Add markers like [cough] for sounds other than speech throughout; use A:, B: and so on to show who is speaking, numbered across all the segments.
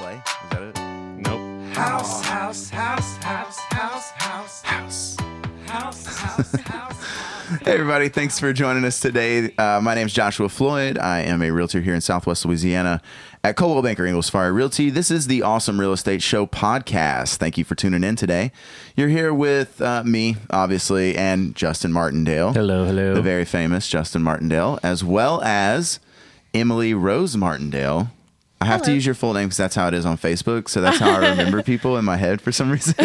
A: LA? Is that it?
B: Nope.
C: House, house, house, house, house, house, house, house, house, house.
A: [laughs] Hey, everybody. Thanks for joining us today. Uh, my name is Joshua Floyd. I am a realtor here in Southwest Louisiana at Coldwell Banker Ingalls Fire Realty. This is the Awesome Real Estate Show podcast. Thank you for tuning in today. You're here with uh, me, obviously, and Justin Martindale.
D: Hello, hello.
A: The very famous Justin Martindale, as well as Emily Rose Martindale. I have to
E: Hello.
A: use your full name because that's how it is on Facebook. So that's how I remember people in my head for some reason.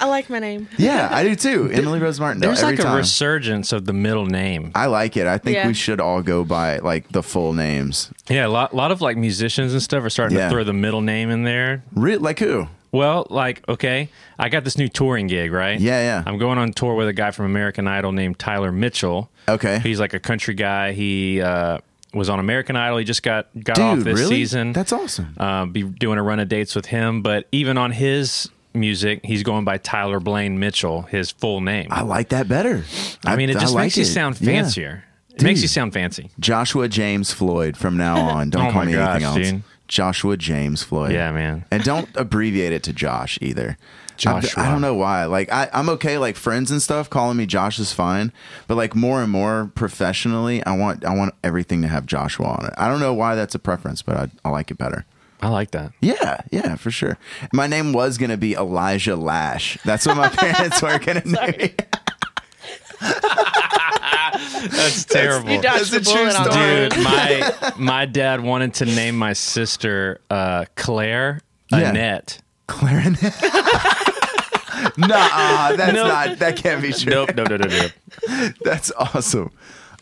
E: I like my name.
A: yeah, I do too. [laughs] Emily Rose Martindale.
D: There's
A: every
D: like a
A: time.
D: resurgence of the middle name.
A: I like it. I think
E: Yeah.
A: we should all go by like the full names.
D: Yeah, a lot, lot of like musicians and stuff are starting
A: Yeah.
D: to throw the middle name in there.
A: Re- like who?
D: Well, like, okay, I got this new touring gig, right?
A: Yeah, yeah.
D: I'm going on tour with a guy from American Idol named Tyler Mitchell.
A: Okay.
D: He's like a country guy. He uh, was on American Idol. He just got, got off this season.
A: That's awesome.
D: uh, be doing a run of dates with him, but even on his music, he's going by Tyler Blaine Mitchell, his full name.
A: I
D: I,
A: like that better. I,
D: mean, it
A: I
D: just
A: like
D: makes you
A: it.
D: sound
A: Yeah.
D: fancier. It makes
A: Dude.
D: you sound fancy.
A: Joshua James Floyd from now on. Don't
D: [laughs] Oh
A: call
D: my
A: me anything
D: gosh,
A: else.
D: dude.
A: Joshua James Floyd.
D: Yeah, man.
A: And
D: [laughs]
A: don't abbreviate it to Josh either. I've-
D: Joshua.
A: I don't know why. Like I, I'm okay. Like friends and stuff calling me Josh is fine, but like more and more professionally, I want I want everything to have Joshua on it. I don't know why that's a preference, but I, I like it better.
D: I like that.
A: Yeah, yeah, for sure. My name was gonna be Elijah Lash. That's
D: [laughs]
A: what my parents were gonna name. it.
D: That's terrible.
E: You dodged
A: That's a
E: the bullet
A: true
E: on
A: story.
E: [laughs] that.
D: Dude, my my dad wanted to name my sister uh, Claire
A: Yeah.
D: Annette.
A: [laughs] Clarinet. [laughs] nah, that's
D: Nope.
A: not. That can't be true.
D: Nope, no, no, no, no.
A: [laughs] That's awesome.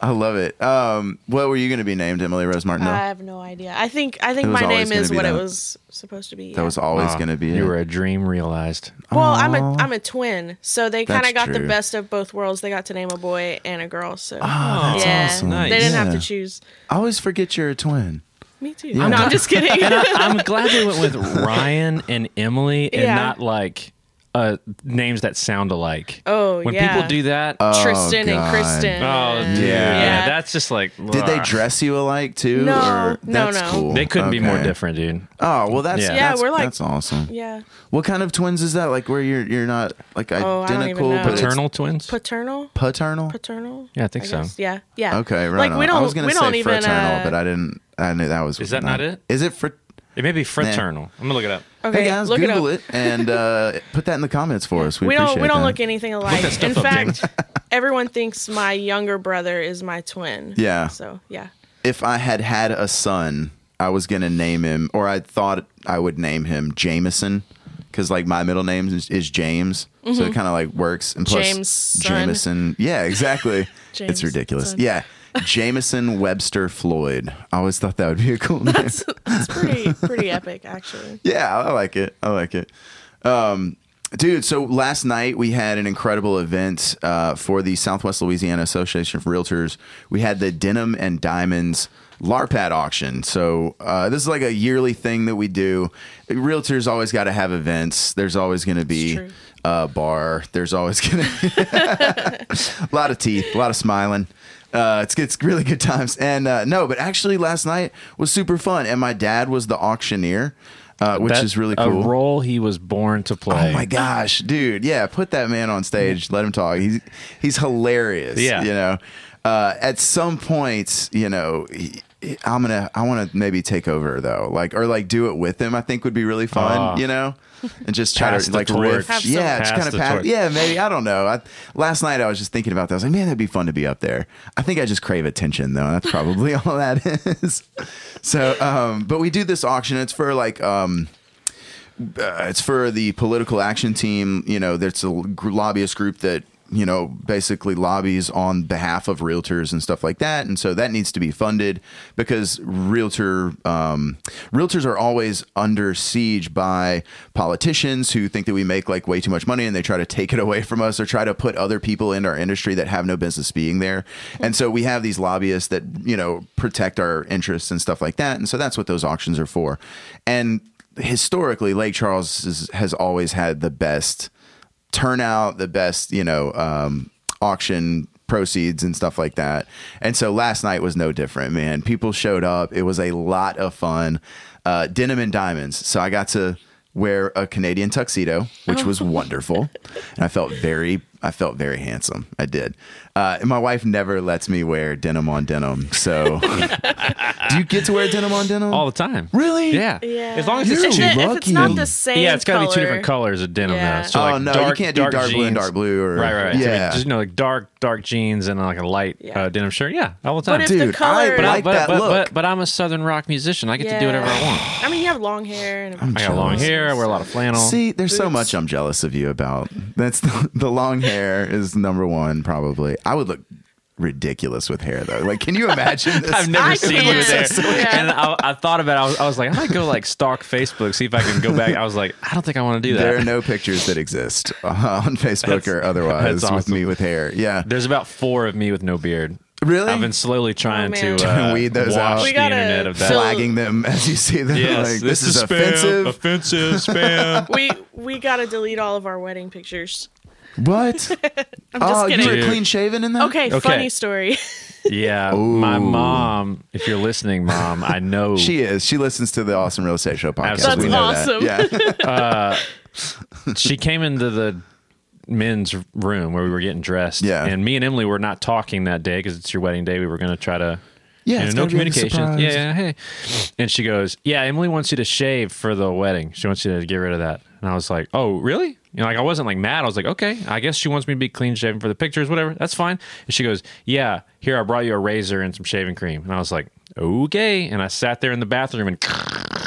A: I love it. Um, what were you gonna be named, Emily Rose Martineau?
E: I have no idea. I think I think
A: It was
E: my
A: always
E: name
A: gonna
E: is
A: be
E: what it
A: that.
E: was supposed to be.
A: that was always gonna be.
D: Ah, You
A: it.
D: were a dream realized.
E: well, I'm a I'm a twin, so they kind
A: That's
E: of got
A: true.
E: the best of both worlds. They got to name a boy and a girl, so
A: Ah, that's
E: yeah,
A: awesome.
D: Nice.
E: they didn't have
A: Yeah.
E: to choose.
A: I always forget you're a twin.
E: Me too.
A: Yeah. Oh,
E: No, I'm just
A: [laughs]
E: kidding.
D: And I, I'm glad they went with Ryan and Emily and
E: Yeah.
D: not like uh, names that sound alike.
E: Oh,
D: when
E: yeah.
D: people do that,
E: [laughs] Tristan
A: Oh, God.
E: and Kristen.
D: Oh, dude. Yeah.
A: Yeah.
D: That's just like.
A: Did they
D: ugh.
A: dress you alike too?
E: No,
A: or,
E: no,
A: that's
E: no.
A: Cool.
D: They couldn't be more
A: Okay.
D: different, dude.
A: Oh well, that's
D: Yeah.
A: yeah.
D: Yeah,
E: we're like-
A: that's awesome.
E: yeah.
A: What kind of twins is that? Like where you're you're not like
E: Oh, don't even
A: identical,
E: know.
A: but
D: Paternal twins?
E: Paternal.
A: it's paternal.
E: Paternal.
D: Yeah, I think so.
E: guess. Yeah. Yeah.
A: Okay, right.
E: Like
A: on.
E: we don't.
A: I was gonna
E: we
A: say
E: don't even.
A: fraternal,
E: uh,
A: but I didn't. I knew that was.
D: Is that not it?
A: Is it frat?
D: it may be fraternal. I'm going to look it up.
E: okay,
A: hey guys,
E: look
A: Google
E: it up.
A: it, and uh, put that in the comments
E: [laughs]
A: for us. We,
E: we don't
A: appreciate
E: we don't
A: that.
E: look anything alike.
D: that
E: In
D: stuff up, Jamie.
E: fact,
A: [laughs]
E: everyone thinks my younger brother is my twin.
A: Yeah.
E: So yeah.
A: If I had had a son, I was gonna name him, or I thought I would name him Jameson, because like my middle name is, is James, so it kind of like works. And plus,
E: Jameson.
A: Jameson. Yeah, exactly. it's
E: Jameson.
A: ridiculous. Yeah. Jameson Webster Floyd. I always thought that would be a cool name.
E: It's, it's pretty pretty epic actually.
A: Yeah, I like it. I like it. Um, dude, so last night we had an incredible event uh, for the Southwest Louisiana Association of Realtors. We had the Denim and Diamonds LARPAD auction. So uh, this is like a yearly thing that we do. Realtors always got to have events. There's always going to be
E: true.
A: a bar. There's always going to [laughs] a lot of teeth, a lot of smiling. Uh, it's it's really good times. And uh, no, but actually last night was super fun. And my dad was the auctioneer, uh, which
D: That-
A: is really cool.
D: A role he was born to play.
A: Oh my gosh, dude! Yeah, put that man on stage. Let him talk. He's he's hilarious.
D: Yeah.
A: you know. Uh, at some points, you know, he- he- I'm gonna I want to maybe take over though, like or like do it with him. I think would be really fun.
D: Ah.
A: you know, and just try
D: Pass
A: to
D: the
A: like
D: torch.
A: riff.
E: Have some-
A: yeah, just
D: Pass
A: kind of
D: the
A: pass.
D: torch.
A: Yeah, maybe I don't know. I, last night I was just thinking about that. I was like, man, that'd be fun to be up there. I think I just crave attention though. That's probably [laughs] all that is. So, um, but we do this auction. It's for like. Um, uh, it's for the political action team. You know, there's a l- gr- lobbyist group that you know basically lobbies on behalf of realtors and stuff like that, and so that needs to be funded because realtor um, realtors are always under siege by politicians who think that we make like way too much money and they try to take it [laughs] away from us or try to put other people into our industry that have no business being there, and so we have these lobbyists that you know protect our interests and stuff like that, and so that's what those auctions are for, and historically Lake Charles is, has always had the best turnout, the best you know um, auction proceeds and stuff like that. And so last night was no different, man. People showed up. It was a lot of fun. Uh, denim and diamonds. So I got to wear a Canadian tuxedo, which was wonderful. And I felt very, I felt very handsome. I did. Uh, and my wife never lets me wear denim on denim. So [laughs] do you get to wear denim on denim?
D: all the time.
A: Really?
D: Yeah.
E: Yeah.
D: As long as
A: You're
D: it's
E: If
D: two,
E: it- if it's not
A: lucky.
E: the same,
D: yeah, it's got to be two
E: color-
D: different colors of denim
E: Yeah.
D: now. So
A: Oh,
D: like
A: no, you
D: dark,
A: can't do dark blue and
D: jeans.
A: dark blue or-
D: right, right. right.
A: Yeah.
D: just you know, like dark, dark jeans and like a light
E: Yeah.
D: uh, denim shirt. Yeah, all the time.
E: But if
A: Dude,
E: the color,
A: I
D: but,
E: I,
A: like
D: but,
A: that
D: but,
A: look.
D: But, but I'm a Southern rock musician. I get to do whatever I
E: Yeah.
D: want.
E: mean, you have long hair and
A: I'm
D: I got long
A: jealous.
D: hair. I wear a lot of flannel.
A: See, there's so much I'm jealous of you about. That's the, the long hair is number one, probably. I would look ridiculous with hair though. Like, can you imagine this?
D: [laughs] I've never
E: I
D: seen
E: can't.
D: you there.
E: That's so weird.
D: [laughs] And I, I thought about it. I was, I was like, I might go like stalk Facebook, see if I can go back. I was like, I don't think I want to do that.
A: There are no pictures that exist uh, on Facebook or otherwise
D: that's
A: with me
D: awesome.
A: with hair. Yeah,
D: There's about four of me with no beard.
A: really.
D: I've been slowly trying
A: [laughs]
E: man.
D: to uh,
A: Weed those
D: wash
A: out.
D: the
A: oh, We
E: gotta
D: internet of that. [laughs]
E: fill-
A: flagging them as you see them. like, this, is, offensive.
D: offensive spam.
E: we we gotta delete all of our wedding pictures.
A: what?
E: [laughs] I'm just
A: Oh, you
E: kidding.
A: were
D: Dude.
A: clean shaven in that?
E: Okay,
D: Okay.
E: funny story.
D: [laughs]
E: [laughs]
D: yeah, my mom. If you're listening, mom, I know
A: She is. She listens to the Awesome Real Estate Show podcast.
D: Absolutely.
A: We know
E: That's
A: That. Yeah.
D: [laughs] she came into the men's room where we were getting dressed.
A: Yeah.
D: and me and Emily were not talking that day because it's your wedding day. We were going to try to.
A: Yeah,
D: you know,
A: it's
D: no
A: gotta be a
D: communication.
A: surprise.
D: Yeah, yeah, hey. And she goes, "Yeah, Emily wants you to shave for the wedding. She wants you to get rid of that." And I was like, "Oh, really?" You know, like I wasn't like mad. I was like, "Okay, I guess she wants me to be clean shaven for the pictures, whatever. That's fine." And she goes, "Yeah, here I brought you a razor and some shaving cream." And I was like, "Okay." And I sat there in the bathroom and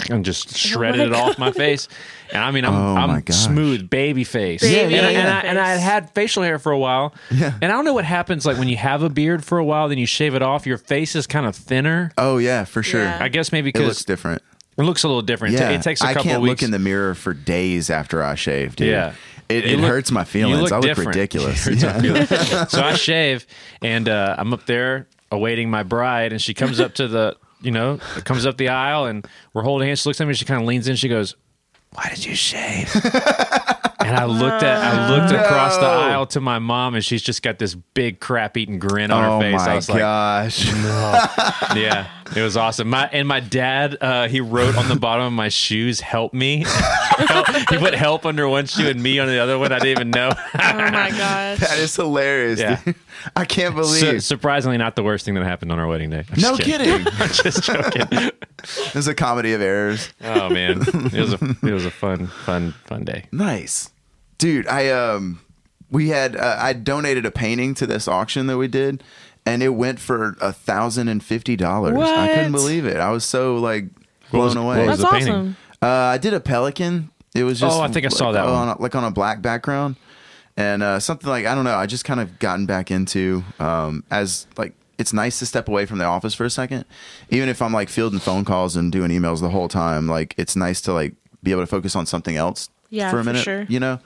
D: and
E: Oh
D: just shredded it off my face. And I mean, I'm,
A: Oh my
D: I'm
A: gosh.
D: smooth baby face.
E: Baby
D: and, I, and, I,
E: face.
D: and I had had facial hair for a while.
A: Yeah.
D: And I don't know what happens like when you have a beard for a while, then you shave it off. Your face is kind of thinner.
A: Oh yeah, for sure.
E: Yeah.
D: I guess maybe
A: It looks
D: because it,
A: different.
D: looks a little different. It ta-
A: Yeah,
D: It takes a
A: I
D: couple
A: can't
D: of weeks.
A: look in the mirror for days after I shave, dude.
D: Yeah.
A: it,
D: You
A: it
D: look-
A: hurts my feelings.
D: look
A: I look
D: different. [laughs]
A: ridiculous.
D: It's
A: Yeah. [laughs]
D: unreal. [laughs] so I shave, and uh, I'm up there awaiting my bride, and she comes up to the, you know, comes up the aisle, and we're holding hands. She looks at me, and she kind of leans in. She goes, "Why did you
A: [laughs]
D: shave?" and I looked at, I looked across the
A: No.
D: aisle to my mom, and she's just got this big crap eating grin on
A: Oh
D: her face. I
A: my
D: was like,
A: gosh! [laughs]
D: yeah, it was awesome. My and my dad, uh, he wrote on the bottom of my shoes, "Help me." Help- he put "help" under one shoe and "me" under the other one. I didn't even know.
E: Oh
A: [laughs]
E: my gosh.
A: that is hilarious.
D: Yeah.
A: dude. I can't
D: Su-
A: believe.
D: surprisingly, not the worst thing that happened on our wedding day. I'm
A: no
D: just kidding.
A: kidding.
D: [laughs] I'm just joking.
A: this is a comedy of errors.
D: Oh man, it was a it was a fun fun fun day.
A: Nice, dude. I um, we had uh, I donated a painting to this auction that we did, and it went for a thousand and fifty dollars. I couldn't
E: What?
A: believe it. I was so like blown
D: was-
A: away.
D: what was
E: That's
D: the painting.
E: awesome.
A: Uh, I did a pelican. It was just
D: Oh, I think I saw
A: like
D: that
A: on
D: one.
A: a, like on a black background and uh, something like I don't know. I just kind of gotten back into um, as like it's nice to step away from the office for a second, even if I'm like fielding phone calls and doing emails the whole time. Like it's nice to like be able to focus on something else.
E: Yeah,
A: for a
E: for
A: minute,
E: sure.
A: you know.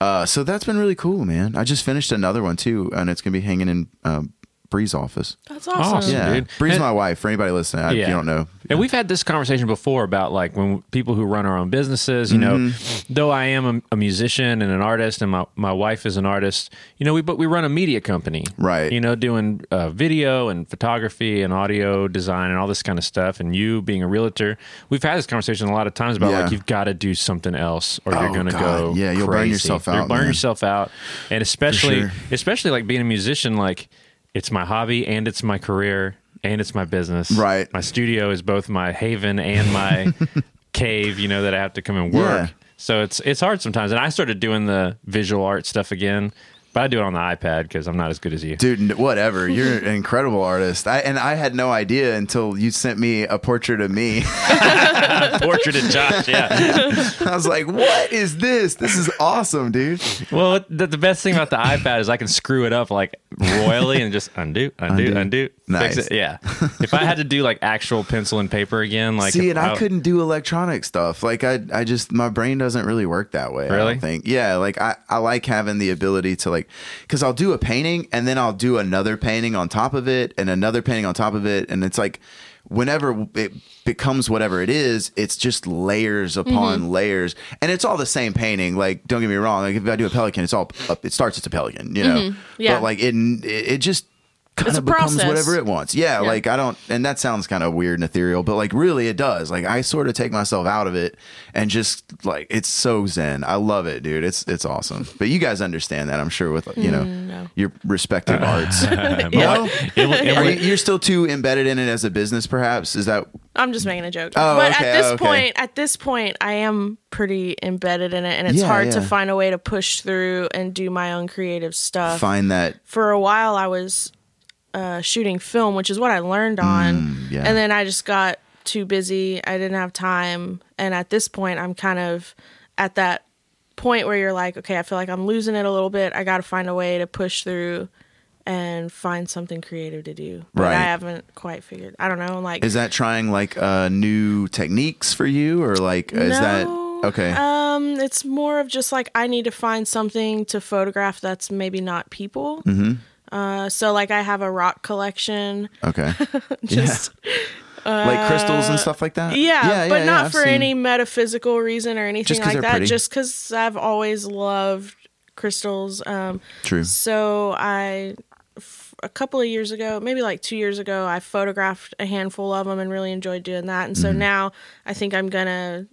A: Uh, so that's been really cool, man. I just finished another one too, and it's gonna be hanging in um, Bree's office.
E: That's awesome.
D: Awesome.
A: Yeah,
D: dude.
A: Bree's
D: And-
A: my wife. For anybody listening, I, if you don't know,
D: And we've had this conversation before about like when people who run our own businesses, you
A: Mm-hmm.
D: know, though I am a, a musician and an artist and my, my wife is an artist, you know, we, but we run a media company,
A: Right.
D: You know, doing uh, video and photography and audio design and all this kind of stuff. And you being a realtor, we've had this conversation a lot of times about
A: Yeah.
D: like, you've got to do something else or
A: Oh,
D: you're going to
A: God.
D: go,
A: Yeah, you'll burn
D: crazy.
A: yourself
D: You'll
A: out,
D: burn
A: man.
D: yourself out. And especially,
A: sure.
D: especially like being a musician, like it's my hobby and it's my career and it's my business.
A: Right.
D: My studio is both my haven
A: [laughs]
D: and my cave, you know, that I have to come and work.
A: Yeah.
D: So it's it's hard sometimes. And I started doing the visual art stuff again, but I do it on the iPad because I'm not as good as you.
A: [laughs] dude n- whatever you're an incredible artist I, and i had no idea until you sent me a portrait of me [laughs]
D: Portrait of Josh, yeah.
A: i was like what is this this is awesome dude
D: [laughs] Well, the, the best thing about the iPad is I can screw it up like royally and just undo, undo, undo,
A: Undo.
D: fix
A: Nice.
D: it. Yeah. If I had to do like actual pencil and paper again, like
A: see and i
D: how-
A: couldn't do electronic stuff like i i just my brain doesn't really work that way i
D: Really?
A: don't think yeah like i i like having the ability to like because I'll do a painting and then I'll do another painting on top of it and another painting on top of it. And it's like, whenever it becomes whatever it is, it's just layers
E: Mm-hmm.
A: upon layers, and it's all the same painting. Like, don't get me wrong. Like, if I do a pelican, it's all it starts as a pelican, you know.
E: Mm-hmm. Yeah.
A: But like it, it just kind
E: It's a
A: of becomes
E: process.
A: whatever it wants. Yeah,
E: Yeah.
A: Like I don't, and that sounds kind of weird and ethereal, but like really, it does. Like I sort of take myself out of it and just like it's so zen. I love it, dude. It's it's awesome. But you guys understand that, I'm sure. With you know
E: Mm, no.
A: your respective arts.
E: [laughs]
A: No? Are you, you're still too embedded in it as a business, perhaps? Is that
E: I'm just making a joke.
A: Oh,
E: but
A: okay,
E: at this
A: oh, okay.
E: point, at this point, I am pretty embedded in it, and it's
A: Yeah,
E: hard to
A: yeah.
E: find a way to push through and do my own creative stuff.
A: find that?
E: For a while, I was uh, shooting film, which is what I learned on,
A: Mm, yeah.
E: and then I just got too busy. I didn't have time, and at this point, I'm kind of at that point where you're like, okay, I feel like I'm losing it a little bit. I got to find a way to push through. And find something creative to do. But
A: Right.
E: I haven't quite figured. I don't know. I'm like,
A: Is that trying like uh, new techniques for you, or like is that
E: No.
A: okay?
E: Um, it's more of just like I need to find something to photograph that's maybe not people. Mm-hmm. Uh, so like I have a rock collection.
A: okay,
E: [laughs] Just uh,
A: like crystals and stuff like that.
E: yeah, but not
A: I've
E: for
A: seen-
E: any metaphysical reason or anything
A: 'cause
E: like
A: they're
E: that.
A: pretty.
E: Just because I've always loved crystals. Um,
A: True.
E: so I f- a couple of years ago, maybe like two years ago, I photographed a handful of them and really enjoyed doing that. And
A: Mm-hmm.
E: so now I think I'm gonna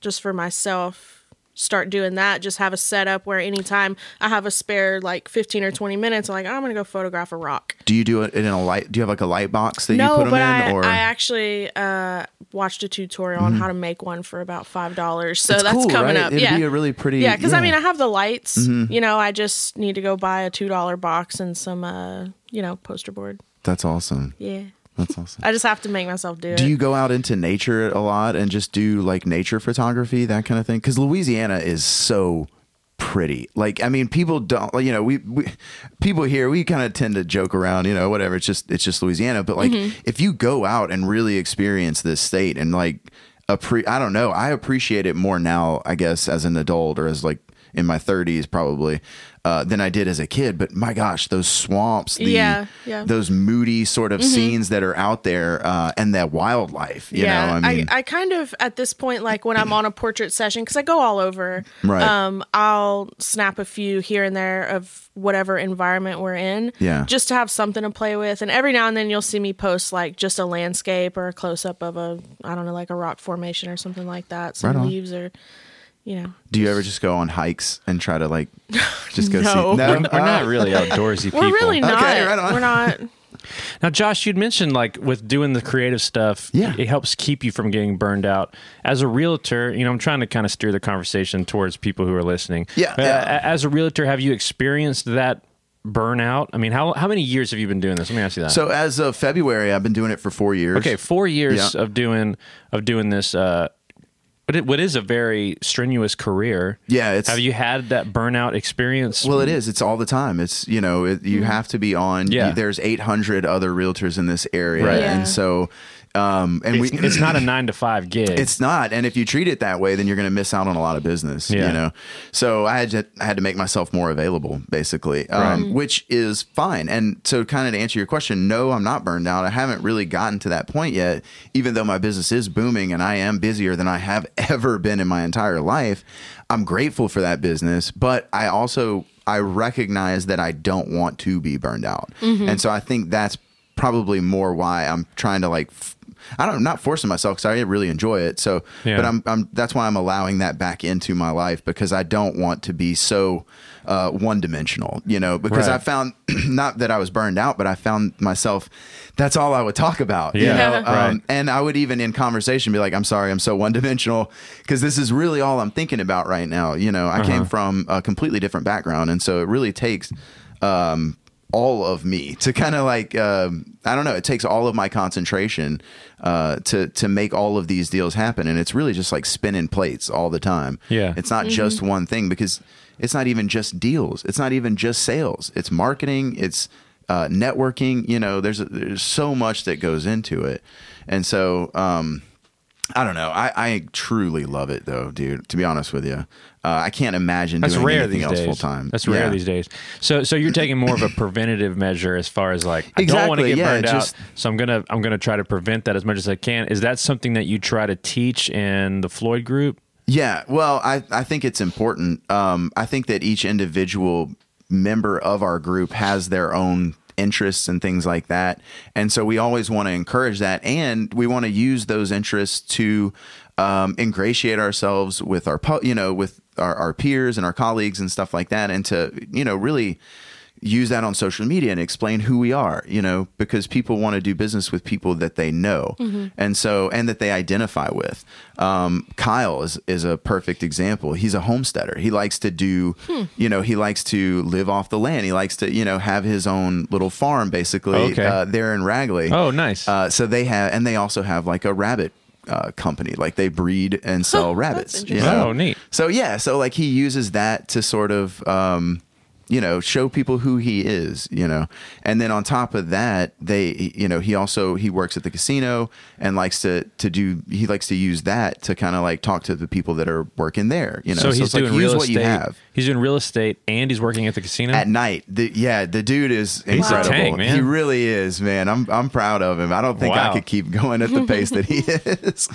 E: just for myself start doing that. Just have a setup where anytime I have a spare like 15 or 20 minutes, I'm like "Oh, I'm gonna go photograph a rock.
A: Do you do it in a light? Do you have like a light box that you
E: No,
A: put them
E: but
A: in,
E: I,
A: or
E: I actually uh, watched a tutorial on how to make one for about five dollars. So
A: It's
E: that's
A: cool,
E: coming
A: right?
E: up.
A: It'd
E: yeah,
A: be a really pretty.
E: yeah. Because I mean, I have the lights.
A: Mm-hmm.
E: You know, I just need to go buy a two dollar box and some, uh, you know, poster board.
A: that's awesome.
E: Yeah,
A: That's awesome.
E: [laughs] I just have to make myself do,
A: Do
E: it.
A: you go out into nature a lot and just do like nature photography, that kind of thing? Because Louisiana is so pretty. Like, I mean, people don't, like, you know, we, we people here, we kind of tend to joke around, you know, whatever. It's just, it's just Louisiana. But like,
E: Mm-hmm.
A: if you go out and really experience this state and like, appre- I don't know, I appreciate it more now, I guess, as an adult or as like in my 30s probably. Uh, than I did as a kid, but my gosh, those swamps, the,
E: Yeah, yeah.
A: those moody sort
E: Mm-hmm.
A: of scenes that are out there, uh, and that wildlife, you
E: yeah,
A: know, I mean,
E: I, kind of at this point, like when I'm on a portrait session, because I go all over.
A: Right.
E: Um, I'll snap a few here and there of whatever environment we're in.
A: Yeah.
E: Just to have something to play with, and every now and then you'll see me post like just a landscape or a close up of a I don't know like a rock formation or something like that. Some
A: Right on.
E: leaves or, you know.
A: do you ever just go on hikes and try to
E: [laughs]
A: like just go
E: No.
A: see?
D: We're, we're not
A: Uh, [laughs]
D: really outdoorsy people.
E: We're really not.
A: right on.
E: We're not.
D: Now, Josh, you'd mentioned like with doing the creative stuff,
A: Yeah.
D: it helps keep you from getting burned out. As a realtor, you know, I'm trying to kind of steer the conversation towards people who are listening.
A: Yeah,
D: Uh,
A: yeah.
D: a- As a realtor, have you experienced that burnout? I mean, how how many years have you been doing this? Let me ask you that.
A: So as of February, I've been doing it for four years.
D: okay, four years
A: Yeah.
D: of doing of doing this. Uh, but it, what is a very strenuous career?
A: Yeah, it's-
D: have you had that burnout experience?
A: Well, it is. It's all the time. It's you know, it, you
E: Mm-hmm.
A: have to be on.
D: Yeah.
A: you- there's 800 other realtors in this area,
D: Right.
E: Yeah.
A: and so, um, and
D: it's,
A: we,
D: it's not a nine to five gig.
A: It's not, and if you treat it that way, then you're going to miss out on a lot of business.
D: Yeah.
A: You know, so I had to I had to make myself more available, basically, um, which is fine. And so, kind of to answer your question, no, I'm not burned out. I haven't really gotten to that point yet, even though my business is booming and I am busier than I have [laughs] ever been in my entire life. I'm grateful for that business, but I also I recognize that I don't want to be burned out, and so I think that's probably more why I'm trying to like. F- I don't. I'm not forcing myself because I really enjoy it. So,
D: Yeah.
A: but I'm. I'm. That's why I'm allowing that back into my life because I don't want to be so uh, one dimensional. You know, because
D: Right.
A: I found [clears throat] not that I was burned out, but I found myself. That's all I would talk about. you
D: Yeah.
A: know?
D: Right.
A: Um, and I would even in conversation be like, I'm sorry, I'm so one dimensional because this is really all I'm thinking about right now. You know, I came from a completely different background. And so it really takes um, all of me to kind of like, um, I don't know, it takes all of my concentration uh, to, to make all of these deals happen. And it's really just like spinning plates all the time.
D: Yeah.
A: It's not just one thing because it's not even just deals. It's not even just sales. It's marketing. It's uh, networking. You know, there's there's so much that goes into it, and so um, I don't know. I, I truly love it though, dude. To be honest with you, uh, I can't imagine
D: That's
A: doing
D: rare
A: anything
D: these
A: else
D: days.
A: full time.
D: That's rare these days. So, so you're taking more of a preventative measure as far as like I don't want to
A: Exactly,
D: get
A: yeah,
D: burned
A: just-
D: out, so I'm gonna I'm gonna try to prevent that as much as I can. Is that something that you try to teach in the Floyd group?
A: Yeah, well, I, I think it's important. Um, I think that each individual member of our group has their own interests and things like that. And so we always want to encourage that. And we want to use those interests to um, ingratiate ourselves with our, pu- you know, with our, our peers and our colleagues and stuff like that. And to, you know, really use that on social media and explain who we are, you know, because people want to do business with people that they know and so and that they identify with. Um, Kyle is is a perfect example. He's a homesteader. He likes to do, you know, he likes to live off the land. He likes to, you know, have his own little farm basically
D: Okay.
A: uh, there in Ragley.
D: Oh, nice.
A: Uh, so they have, and they also have like a rabbit uh, company. Like they breed and sell rabbits. you
E: interesting.
A: know?
D: Oh, neat.
A: So yeah, so like he uses that to sort of, um, you know, show people who he is. You know, and then on top of that, they, you know, he also he works at the casino and likes to to do. He likes to use that to kind of like talk to the people that are working there. You know,
D: so he's
A: it's like,
D: doing real
A: use
D: estate.
A: what you have.
D: He's doing real estate and he's working at the casino.
A: At night, the, yeah, the dude is
D: He's
E: a
A: incredible.
D: tank, man.
A: He really is, man. I'm I'm proud of him. I don't think
D: Wow.
A: I could keep [laughs] going at the pace that
D: [laughs]
A: he is,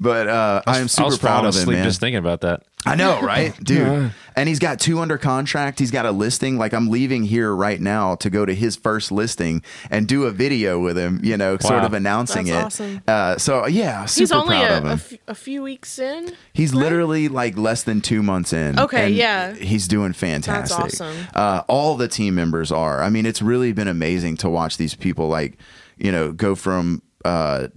A: but uh, I am
D: I
A: super
D: was
A: proud
D: falling
A: of him,
D: asleep
A: man.
D: just thinking about that.
A: I know, right, dude? And he's got two under contract. He's got a listing. Like I'm leaving here right now to go to his first listing and do a video with him. You know, sort
D: Wow.
A: of announcing
E: That's
A: it.
E: awesome.
A: Uh, so yeah, super
E: He's only
A: proud
E: a,
A: of
E: a
A: him.
E: f- a few weeks in.
A: He's literally like less than two months in.
E: Okay,
A: and
E: yeah.
A: He's doing fantastic.
E: awesome.
A: Uh, all the team members are. I mean, it's really been amazing to watch these people like, you know, go from uh,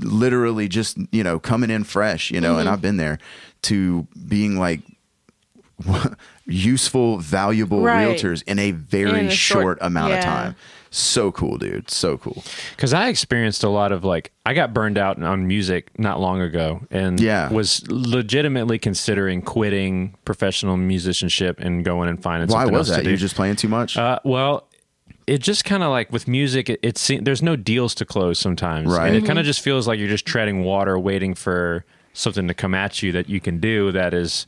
A: literally just, you know, coming in fresh, you know,
E: Mm-hmm.
A: and I've been there to being like [laughs] useful, valuable
E: Right.
A: realtors in a very
E: In a
A: short,
E: short-
A: amount of
E: yeah.
A: time. So cool, dude. So cool.
D: Because I experienced a lot of like I got burned out on music not long ago, and
A: Yeah.
D: was legitimately considering quitting professional musicianship and going and finding
A: Why
D: something
A: was
D: else
A: that?
D: to
A: You
D: do.
A: were just playing too much?
D: Uh, well, it just kind of like with music, it, it seems there's no deals to close sometimes,
A: Right. Mm-hmm.
D: And it kind of just feels like you're just treading water, waiting for something to come at you that you can do that is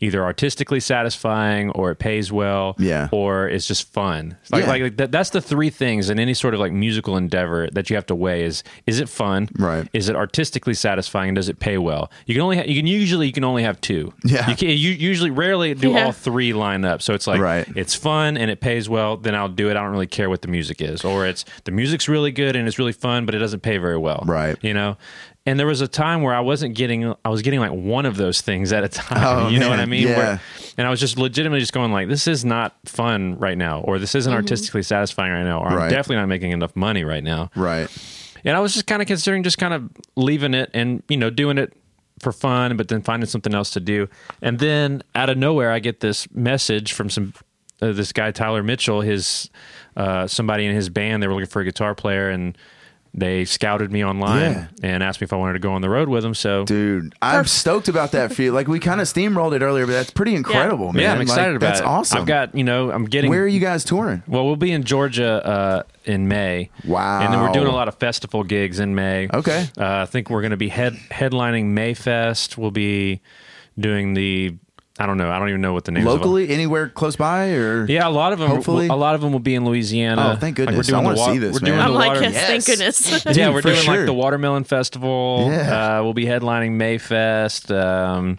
D: either artistically satisfying or it pays well,
A: Yeah.
D: or it's just fun. Like,
A: Yeah.
D: like that, that's the three things in any sort of like musical endeavor that you have to weigh is is it fun,
A: Right.
D: Is it artistically satisfying? And does it pay well? You can only ha- you can usually you can only have two.
A: Yeah.
D: you, can, you usually rarely do
E: Yeah.
D: all three line up. So it's like
A: Right.
D: it's fun and it pays well, then I'll do it. I don't really care what the music is. Or it's the music's really good and it's really fun, but it doesn't pay very well.
A: Right.
D: You know? And there was a time where I wasn't getting I was getting like one of those things at a [laughs] time.
A: Oh,
D: you know what
A: man.
D: I mean?
A: Yeah.
D: Where- and I was just legitimately just going like, this is not fun right now, or this isn't artistically satisfying right now, or I'm
A: Right.
D: definitely not making enough money right now.
A: right.
D: And I was just kind of considering just kind of leaving it and, you know, doing it for fun, but then finding something else to do. And then out of nowhere, I get this message from some. Uh, this guy Tyler Mitchell, his uh, somebody in his band, they were looking for a guitar player, and they scouted me online
A: Yeah.
D: and asked me if I wanted to go on the road with them. So
A: Dude, I'm stoked about that for you. Like
E: [laughs]
A: we kind of steamrolled it earlier, but that's pretty incredible, man.
D: yeah, I'm
A: Like,
D: excited about
A: that's
D: it.
A: awesome.
D: I've got you know, I'm getting
A: Where are you guys touring?
D: Well, we'll be in Georgia uh, in May.
A: Wow.
D: And then we're doing a lot of festival gigs in May.
A: Okay.
D: Uh, I think we're going to be head headlining Mayfest. We'll be doing the I don't know. I don't even know what the name
A: Locally, anywhere close by, or
D: Yeah, a lot of them.
A: Hopefully.
D: a lot of them will be in Louisiana.
A: Oh, thank
D: Like,
A: goodness. I
D: the
A: wanna
D: wa-
A: see this,
D: We're
A: man.
D: doing
E: I'm
D: the
E: like,
D: water-
E: yes,
A: Yes.
E: thank goodness.
D: yeah,
A: Dude,
D: we're
A: for
D: doing
A: sure.
D: like the Watermelon Festival.
A: Yeah.
D: Uh, we'll be headlining Mayfest. Um,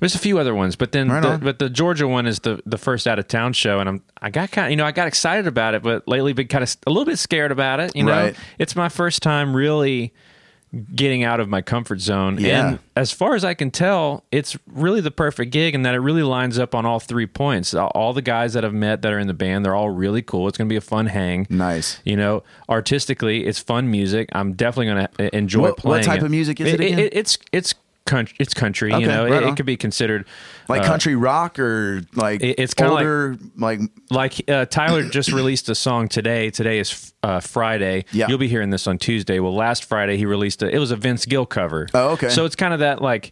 D: there's a few other ones, but then
A: Right
D: the,
A: on.
D: but the Georgia one is the the first out of town show, and I'm I got kind of, you know I got excited about it, but lately been kind of a little bit scared about it. You know,
A: Right.
D: it's my first time really getting out of my comfort zone.
A: Yeah.
D: And as far as I can tell, it's really the perfect gig and that it really lines up on all three points. All the guys that I've met that are in the band, they're all really cool. It's going to be a fun hang.
A: Nice.
D: You know, artistically, it's fun music. I'm definitely going to enjoy
A: What- what
D: playing.
A: type
D: it.
A: of music is it again?
D: it's it's country. It's country.
A: Okay,
D: you know,
A: right
D: it,
A: on.
D: it could be considered
A: like
D: uh,
A: country rock or like
D: It- it's kinda like-
A: older, like,
D: like uh, Tyler just released a song today. Today is uh, Friday.
A: Yeah.
D: you'll be hearing this on Tuesday. Well, last Friday he released a. It was a Vince Gill cover.
A: Oh, okay.
D: So it's kind of that like,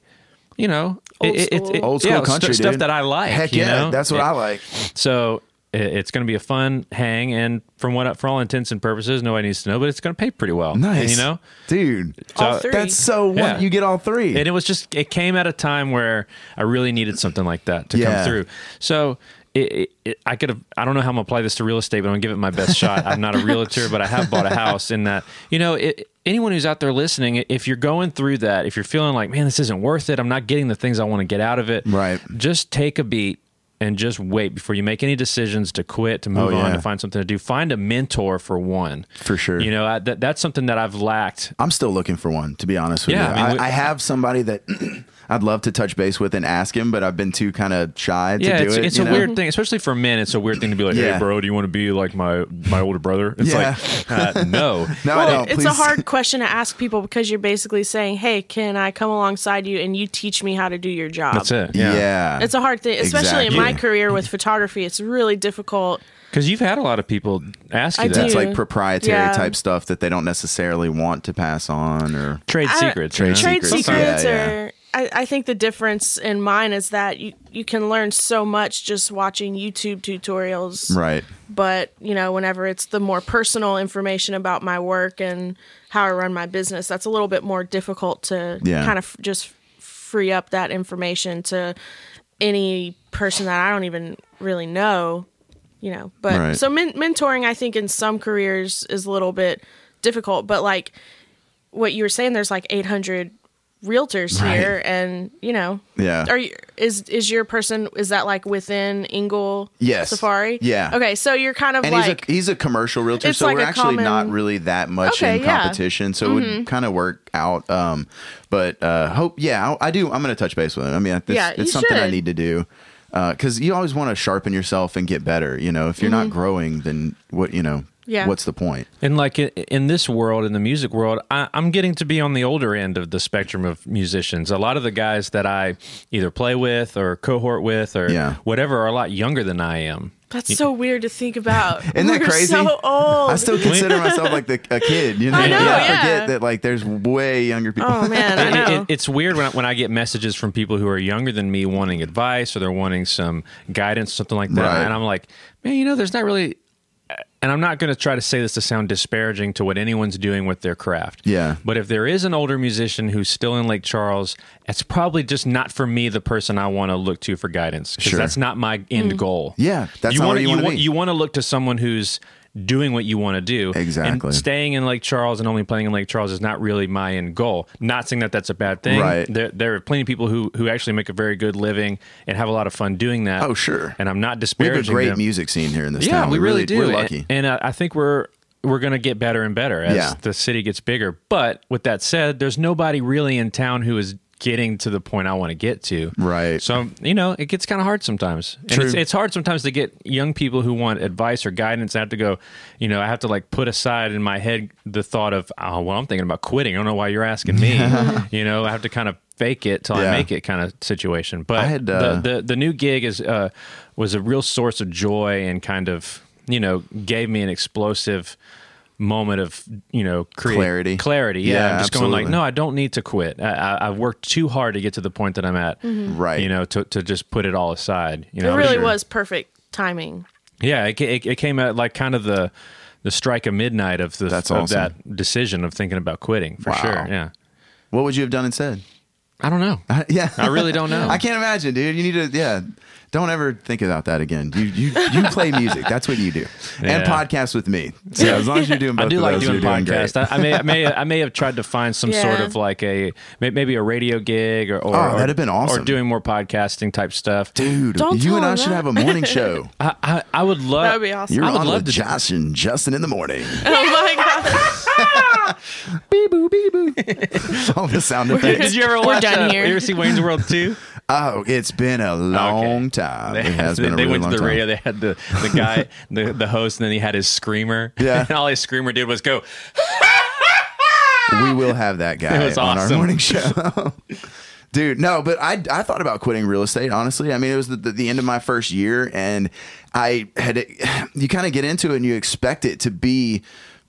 D: you know,
E: Old
D: it- it-
E: school.
D: it-
A: old school
D: yeah, stu-
A: country
D: stuff
A: dude.
D: that I like.
A: Heck
D: you
A: yeah,
D: know?
A: that's what
D: It-
A: I like.
D: So it- it's going to be a fun hang, and from what for all intents and purposes, nobody needs to know, but it's going to pay pretty well.
A: Nice.
D: you know.
A: dude.
E: All
D: So-
E: three.
A: That's so what
D: Yeah.
A: you get all three.
D: And it was just it came at a time where I really needed something like that to
A: Yeah.
D: come through. So it, it, it, I could have. I don't know how I'm gonna apply this to real estate, but I'm gonna give it my best shot. I'm not a realtor, but I have bought a house. In that, you know, it, anyone who's out there listening, if you're going through that, if you're feeling like, man, this isn't worth it, I'm not getting the things I want to get out of it.
A: Right.
D: Just take a beat and just wait before you make any decisions to quit, to move
A: Oh,
D: on,
A: yeah.
D: to find something to do. Find a mentor for one,
A: For sure.
D: You know, I, that, that's something that I've lacked.
A: I'm still looking for one, to be honest with
D: Yeah,
A: you.
D: I
A: I,
D: mean, we-
A: I have somebody that [clears throat] I'd love to touch base with and ask him, but I've been too kind of shy to
D: yeah,
A: do
D: it's,
A: it.
D: it's
A: you
D: a
A: know?
D: weird thing, especially for men. It's a weird thing to be like,
A: Yeah.
D: "Hey, bro, do you want to be like my my older brother?" It's
A: Yeah. [laughs]
D: like, [laughs] uh, no,
A: No, I don't.
E: it's
A: please.
E: a hard question to ask people because you're basically saying, "Hey, can I come alongside you and you teach me how to do your job?"
D: that's it.
A: Yeah.
E: It's a hard thing, especially in my
A: Exactly.
E: career with photography. It's really difficult.
D: because you've had a lot of people ask you
E: I
D: that
E: do.
A: it's like proprietary
E: Yeah.
A: type stuff that they don't necessarily want to pass on or
D: trade
E: I-
D: secrets. you
A: Trade
D: know?
E: Trade
A: Secrets.
E: secrets,
A: Yeah, yeah.
E: are. I, I think the difference in mine is that you you can learn so much just watching YouTube tutorials.
A: right.
E: But you know, whenever it's the more personal information about my work and how I run my business, that's a little bit more difficult to
A: Yeah.
E: kind of just free up that information to any person that I don't even really know you know but
A: Right.
E: so men- mentoring i think in some careers is a little bit difficult but like what you were saying there's like 800 realtors
A: Right.
E: here and you know
A: Yeah.
E: are you is is your person is that like within Ingle
A: Yes.
E: Safari?
A: Yeah.
E: Okay, so you're kind of
A: And
E: like
A: he's a he's a commercial realtor,
E: It's
A: so
E: like
A: we're
E: a
A: actually not
E: common-
A: really that much
E: Okay,
A: in
E: yeah. Mm-hmm.
A: competition. So it would kind of work out. Um, but uh, hope yeah, I, I do. I'm going to touch base with him. I mean, it's,
E: Yeah, you
A: it's something I
E: should.
A: need to do because you always want to sharpen yourself and get better. You know, if you're not growing, then what you know,
E: Mm-hmm. Yeah.
A: what's the point?
D: And like i- in this world, in the music world, I, I'm getting to be on the older end of the spectrum of musicians. A lot of the guys that I either play with or cohort with or
A: Yeah.
D: whatever are a lot younger than I am.
E: that's so weird to think about.
A: [laughs] Isn't that
E: We're
A: crazy?
E: So old.
A: I still
E: [laughs]
A: consider myself like the, a kid. You know,
E: I know,
A: I
E: yeah.
A: forget that like there's way younger people. [laughs]
E: oh man, I
D: It-
E: know.
D: it- it's weird when I, when I get messages from people who are younger than me wanting advice or they're wanting some guidance, something like that.
A: Right.
D: And I'm like, man, you know, there's not really. uh," And I'm not going to try to say this to sound disparaging to what anyone's doing with their craft.
A: Yeah.
D: But if there is an older musician who's still in Lake Charles, it's probably just not for me the person I want to look to for guidance because
A: Sure.
D: that's not my
E: Mm.
D: end goal.
A: Yeah, that's
D: you
A: not
D: want
A: where you wanna
D: want
A: be.
D: you want to look to someone who's doing what you want to do. And
A: Exactly.
D: staying in Lake Charles and only playing in Lake Charles is not really my end goal. Not saying that that's a bad thing.
A: Right.
D: There, there are plenty of people who who actually make a very good living and have a lot of fun doing that.
A: Oh, sure.
D: And I'm not
A: we have a
D: disparaging
A: great
D: them.
A: music scene here in this
D: Yeah,
A: town.
D: we, really, do.
A: We're lucky.
D: And, and, uh, I think we're we're going to get better and better as
A: Yeah.
D: the city gets bigger. But with that said, there's nobody really in town who is getting to the point I want to get to.
A: Right.
D: So, you know, it gets kind of hard sometimes. And
A: True.
D: it's, it's hard sometimes to get young people who want advice or guidance. I have to go, you know, I have to like put aside in my head the thought of, oh, well, I'm thinking about quitting. I don't know why you're
A: [laughs]
D: asking me. you know, I have to kind of fake it till
A: Yeah.
D: I make it kind of situation. But
A: I had,
D: the-
A: uh,
D: the, the the new gig is uh, was a real source of joy and kind of you know gave me an explosive moment of you know create,
A: Clarity.
D: clarity yeah,
A: Yeah,
D: I'm just going like
A: absolutely.
D: no I don't need to quit I, I, I've worked too hard to get to the point that I'm at
A: Right.
D: you know to, to just put it all aside you know
E: Mm-hmm. it really
A: sure.
E: was perfect timing.
D: yeah it, ca- it, it came at like kind of the the strike of midnight of the
A: That's
D: of
A: awesome.
D: that decision of thinking about quitting for
A: Wow.
D: sure yeah
A: What would you have done instead? [laughs]
D: I don't know
A: Yeah,
D: I
A: [laughs]
D: really don't know
A: I can't imagine, dude. You need to, yeah. Don't ever think about that again. You you you play music. That's what you do, and
D: Yeah.
A: podcasts with me. So as long as you're doing both
D: [laughs] I do
A: of
D: like
A: those,
D: doing
A: you're doing great.
D: podcasts. I, I may, I may, I may have tried to find some
E: Yeah.
D: sort of like a may- maybe a radio gig or, or
A: Oh, that'd have been awesome.
D: or doing more podcasting type stuff.
A: dude.
E: Don't
A: you
E: tell
A: and I
E: him
A: should
E: that.
A: have a morning show.
E: [laughs]
D: I, I, I would love.
E: That would be awesome.
A: You're
D: I would
A: on
D: love
A: with
D: to.
A: Josh and Justin in the
D: [laughs]
A: morning.
E: [laughs] Oh my god.
A: bee boo bee boo. All the sound
D: Did
A: effects.
D: you ever
E: We're
D: watch?
E: done
D: uh,
E: here.
D: You ever see Wayne's World
A: [laughs]
D: two?
A: Oh, it's been a long time. It has
D: [laughs] they
A: been a
D: they
A: really
D: went
A: long
D: to the
A: time.
D: radio. They had the the guy, the the host, and then he had his screamer.
A: [laughs] Yeah.
D: and all his screamer did was go.
A: we will have that guy
D: It was
A: on our
D: awesome.
A: morning show. [laughs] Dude, no, but I, I thought about quitting real estate, honestly. I mean, it was the, the, the end of my first year, and I had [sighs] it, you kind of get into it and you expect it to be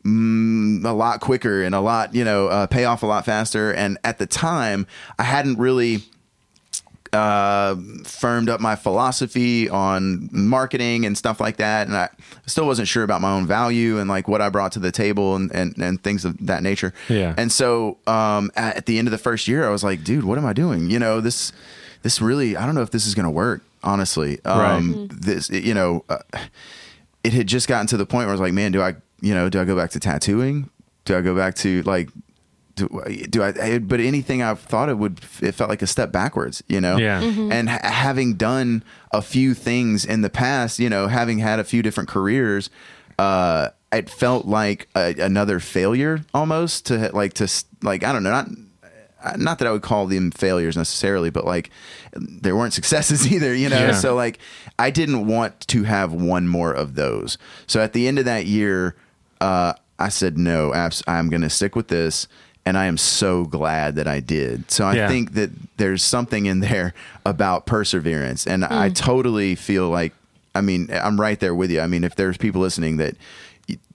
A: mm, a lot quicker and a lot, you know, uh, pay off a lot faster. And at the time, I hadn't really uh, firmed up my philosophy on marketing and stuff like that. And I still wasn't sure about my own value and like what I brought to the table and, and, and things of that nature.
D: Yeah.
A: And so um, at, at the end of the first year, I was like, dude, what am I doing? You know, this, this really, I don't know if this is going to work, honestly. Um,
D: Right.
A: This, you know, uh, it had just gotten to the point where I was like, man, do I, you know, do I go back to tattooing? Do I go back to like, do, uh, do I, I- But anything I've thought it would, it felt like a step backwards, you know.
D: Yeah. Mhm.
A: And ha- having done a few things in the past, you know, having had a few different careers, uh, it felt like a, another failure almost to like to s- like I don't know not uh, not that I would call them failures necessarily, but like there weren't successes [laughs] either, you know?
D: Yeah.
A: So like I didn't want to have one more of those. So at the end of that year, uh, I said, no, abs- I'm going to stick with this. And I am so glad that I did. So I
D: Yeah.
A: think that there's something in there about perseverance. And I totally feel like, I mean, I'm right there with you. I mean, if there's people listening that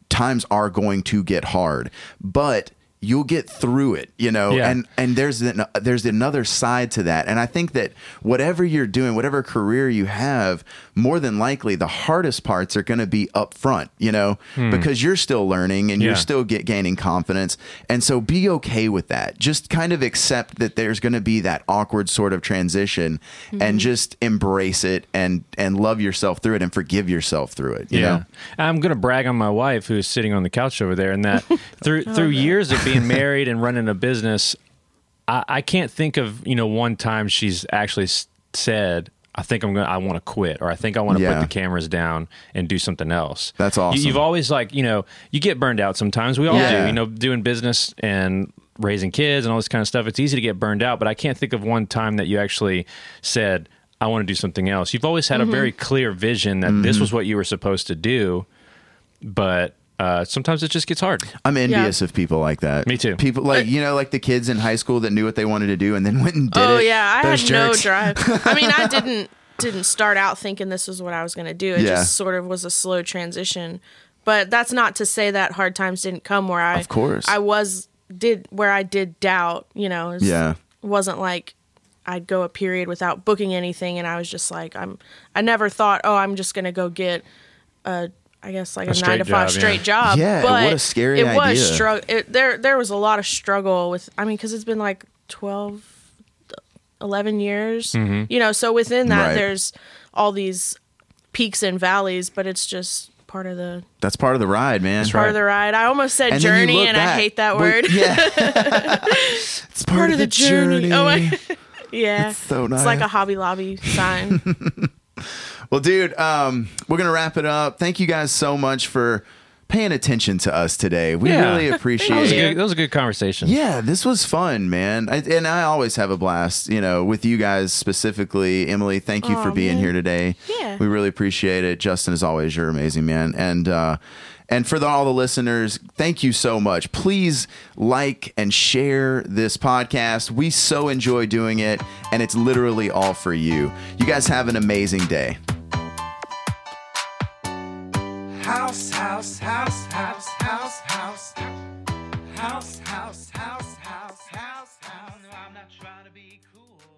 A: times are going to get hard, but you'll get through it, you know?
D: Yeah.
A: And and there's an, there's another side to that and i think that whatever you're doing whatever career you have more than likely the hardest parts are going to be up front you know because you're still learning and you're
D: Hmm. Yeah.
A: still get gaining confidence and so be okay with that just kind of accept that there's going to be that awkward sort of transition
E: Hmm.
A: and just embrace it and and love yourself through it and forgive yourself through it you know
D: I'm gonna brag on my wife who's sitting on the couch over there,
A: [laughs]
D: and that through
A: Oh,
D: through years of being married and running a business, I, I can't think of you know one time she's actually s- said. I think I'm gonna. I want to quit, or I think I want to
A: Yeah.
D: put the cameras down and do something else.
A: That's
D: You-
A: awesome.
D: you've always like you know you get burned out sometimes. We all
A: Yeah.
D: do. You know, doing business and raising kids and all this kind of stuff. It's easy to get burned out, but I can't think of one time that you actually said, "I want to do something else." You've always had a very clear vision that this was what you were supposed to do, but uh, sometimes it just gets hard.
A: I'm envious of people like that.
D: Me too.
A: People like you know, like the kids in high school that knew what they wanted to do and then [laughs] went and did
E: oh
A: it.
E: yeah, I
A: Those
E: had
A: jerks.
E: no drive. I mean,
A: [laughs]
E: I didn't didn't start out thinking this was what I was going to do. It
A: Yeah.
E: just sort of was a slow transition. But that's not to say that hard times didn't come where I
A: Of course.
E: I was did where I did doubt, you know. It
A: Yeah.
E: wasn't like I'd go a period without booking anything and I was just like I'm I never thought, "Oh, I'm just going to go get a I guess like a, 9
D: straight
E: to 5
D: job, yeah.
E: straight job.
A: Yeah,
E: but
A: what a scary
E: it was
A: idea.
E: struggle it, there there was a lot of struggle with I mean cuz it's been like 12 11 years
D: Mm-hmm.
E: you know so within that
A: Right.
E: there's all these peaks and valleys but it's just part of the
A: That's part of the ride, man.
E: part of the ride i almost said
A: And then you
E: journey
A: look
E: and i
A: back.
E: hate that
A: Well,
E: word [laughs]
A: yeah. it's part, of, the journey.
E: oh my [laughs] yeah it's
A: so
E: it's like
A: nice.
E: a hobby lobby sign
A: Well, dude, um, we're gonna wrap it up. Thank you guys so much for paying attention to us today. We
D: Yeah.
E: [laughs]
A: really
D: That
A: appreciate
D: was,
A: it.
D: a good, that was a good conversation.
A: Yeah, this was fun, man. I, and I always have a blast, you know, with you guys specifically. Emily, thank you for
E: Aw,
A: being
E: man.
A: here today.
E: Yeah.
A: We really appreciate it. Justin, as always, you're amazing, man. And, uh, and for the, all the listeners, thank you so much. Please like and share this podcast. We so enjoy doing it, and it's literally all for you. You guys have an amazing day.
C: House, house, house, house, house, house. House, house, house, house, house, house. No, I'm not trying to be cool.